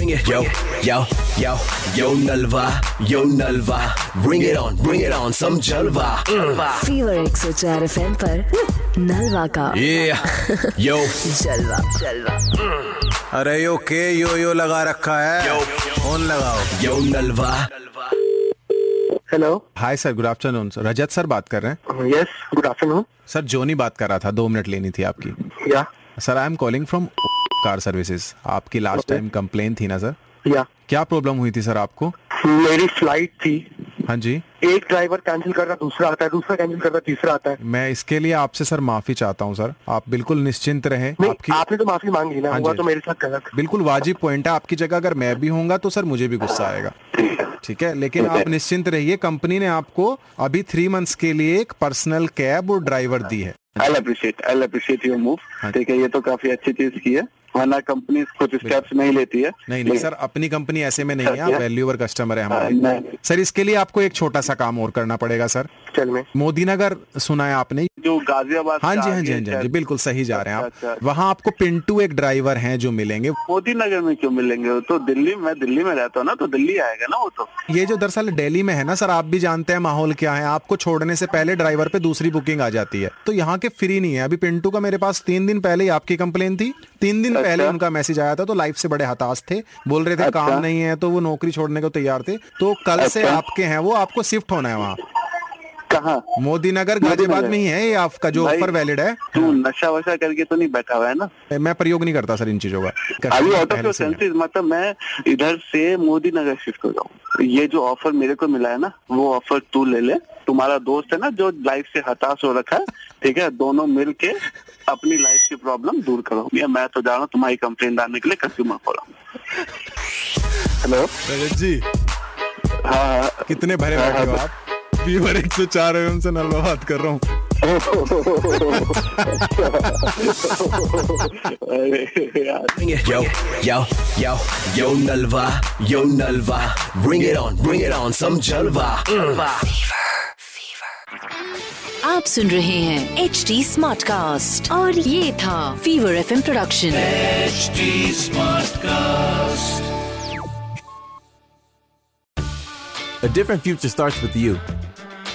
Bring it, yo, yo, yo, yo Nalva, yo Nalva. Bring it on, bring it on, some Jalva. Mm. Fever एक सौ चार F M Nalva का Yeah, yo, जलवा जलवा Mm. अरे यो के यो यो लगा रखा है फोन लगाओ yo Nalva. Hello hi sir good afternoon sir Rajat sir बात कर रहे हैं yes good afternoon sir Johnny बात कर रहा था दो मिनट लेनी थी आपकी या sir I am calling from car services आपकी लास्ट टाइम कंप्लेन थी ना सर या क्या प्रॉब्लम हुई थी सर आपको मेरी फ्लाइट थी हाँ जी एक ड्राइवर कैंसिल करता दूसरा आता है दूसरा कैंसिल करता तीसरा आता है मैं इसके लिए आपसे सर माफी चाहता हूँ सर आप बिल्कुल निश्चिंत रहें नहीं आपने तो माफी मांग ली ना हाँ हुआ जी। तो मेरे साथ गलत बिल्कुल वाजिब पॉइंट है आपकी जगह अगर मैं भी होऊंगा तो सर मुझे भी गुस्सा आएगा ठीक है लेकिन आप निश्चिंत रहिए कंपनी ने आपको अभी थ्री मंथ्स के लिए एक पर्सनल कैब और ड्राइवर दी है I appreciate I appreciate your move हाँ। ठीक है ये तो काफी अच्छी चीज की है वरना कंपनी कुछ स्टेप्स नहीं लेती है नहीं नहीं सर अपनी कंपनी ऐसे में नहीं है आप वैल्यूअर कस्टमर है हमारे नहीं। सर इसके लिए आपको एक छोटा सा काम और करना पड़ेगा सर चल में मोदी नगर सुना है आपने जो गाजियाबाद हाँ से जी हाँ आगे जी हाँ जी हाँ जी शायद- बिल्कुल सही जा रहे हैं अच्छा, आप अच्छा। वहाँ आपको पिंटू एक ड्राइवर हैं जो मिलेंगे मोदी नगर में क्यों मिलेंगे वो तो दिल्ली मैं दिल्ली में रहता हूँ ना तो दिल्ली आएगा ना वो तो ये जो दरअसल दिल्ली में है ना सर आप भी जानते हैं माहौल क्या है आपको छोड़ने से पहले ड्राइवर पे दूसरी बुकिंग आ जाती है तो यहाँ के फ्री नहीं है अभी पिंटू का मेरे पास तीन दिन पहले ही आपकी कंप्लेन थी तीन अच्छा। दिन पहले उनका मैसेज आया था तो लाइफ से बड़े हताश थे बोल रहे थे काम नहीं है तो वो नौकरी छोड़ने को तैयार थे तो कल से अच्छा। आपके हैं वो आपको शिफ्ट होना है वहाँ कहाँ मोदी नगर गाजियाबाद में ही है ये आपका जो भाई, ऑफर वैलिड है तू नशा वशा करके तो नहीं बैठा हुआ है ना मैं प्रयोग नहीं करता सर इन चीजों का अभी आउट ऑफ पहले योर से है। सेंसेस मतलब मैं इधर से मोदी नगर शिफ्ट हो जाऊँ ये जो ऑफर मेरे को मिला है ना वो ऑफर तू ले ले तुम्हारा दोस्त है ना जो लाइफ से हताश हो रखा है ठीक है दोनों मिल के अपनी लाइफ की प्रॉब्लम दूर करो या मैं तो जा रहा हूँ तुम्हारी कंप्लेन डालने के लिए कंज्यूमर को हेलो रजत जी हाँ कितने भरे बैठे हो आप फीवर एक सौ चार एवं से नलवा बात कर रहा हूँ अरे यार Bring it, yo, yo, yo, yo Nalva, yo Nalva. Bring it on, bring it on, some Jalva. Mm. आप सुन रहे हैं एच डी स्मार्ट कास्ट और ये था fever F production HD Smartcast. A different future starts with you.